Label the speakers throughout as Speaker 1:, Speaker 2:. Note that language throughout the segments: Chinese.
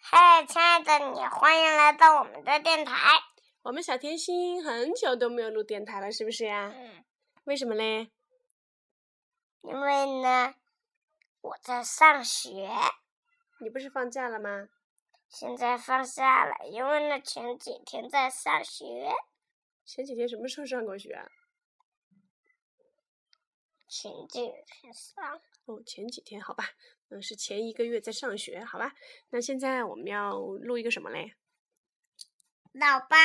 Speaker 1: 嗨，亲爱的你，欢迎来到我们的电台。
Speaker 2: 我们小甜心很久都没有录电台了，是不是呀、
Speaker 1: 嗯，
Speaker 2: 为什么嘞？
Speaker 1: 因为呢，我在上学，
Speaker 2: 你不是放假了吗？
Speaker 1: 现在放假了，因为呢前几天在上学，
Speaker 2: 前几天什么时候上过学啊？
Speaker 1: 前几天上。
Speaker 2: 哦，前几天，好吧，嗯，是前一个月在上学，好吧。那现在我们要录一个什么嘞？
Speaker 1: 老爸，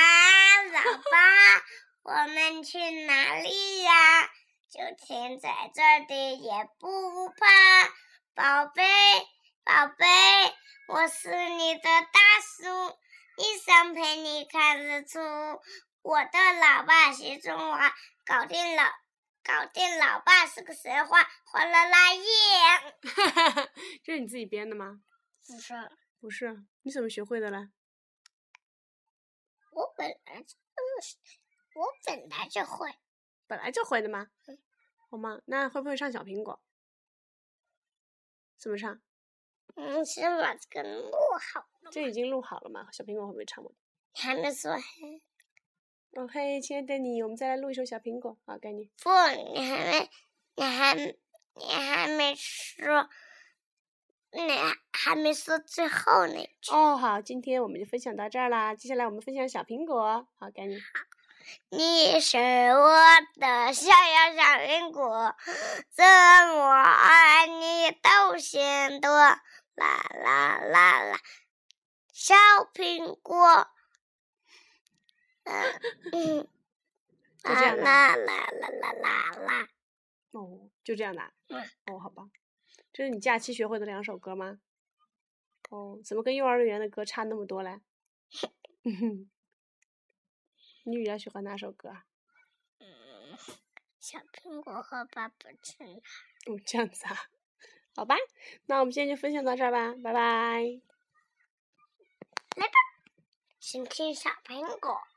Speaker 1: 老爸，我们去哪里呀？就停在这里也不怕，宝贝，宝贝，我是你的大叔，一生陪你看日出。我的老爸是中华，搞定老，搞定老爸是个神话，哗啦啦耶！
Speaker 2: 这是你自己编的吗？
Speaker 1: 不是，
Speaker 2: 不是，你怎么学会的啦？
Speaker 1: 我本来就，我本来就会。
Speaker 2: 本来就会的吗？好吗？那会不会唱小苹果？怎么唱？
Speaker 1: 嗯，先把这个弄好。
Speaker 2: 这已经录好了吗？小苹果会不会唱我？
Speaker 1: 还没说
Speaker 2: 哦嘿，亲爱的你，我们再来录一首小苹果。好，该你。
Speaker 1: 不，你还没，你还你还没说，你还还没说最后那句。
Speaker 2: 哦，好，今天我们就分享到这儿啦。接下来我们分享小苹果，好，该你。
Speaker 1: 你是我的逍遥小苹果，怎么爱你都嫌多。啦啦啦啦，小苹果。嗯嗯，
Speaker 2: 就这样
Speaker 1: 啦
Speaker 2: 吧
Speaker 1: 啦啦啦啦啦。
Speaker 2: 哦，就这样的啊。
Speaker 1: 嗯
Speaker 2: 哦，好吧。这是你假期学会的两首歌吗？哦，怎么跟幼儿园的歌差那么多嘞？ 你比较喜欢哪首歌啊？
Speaker 1: 嗯，小苹果和爸爸去哪？
Speaker 2: 哦，这样子啊。好吧，那我们今天就分享到这儿吧，拜拜。
Speaker 1: 请听小苹果。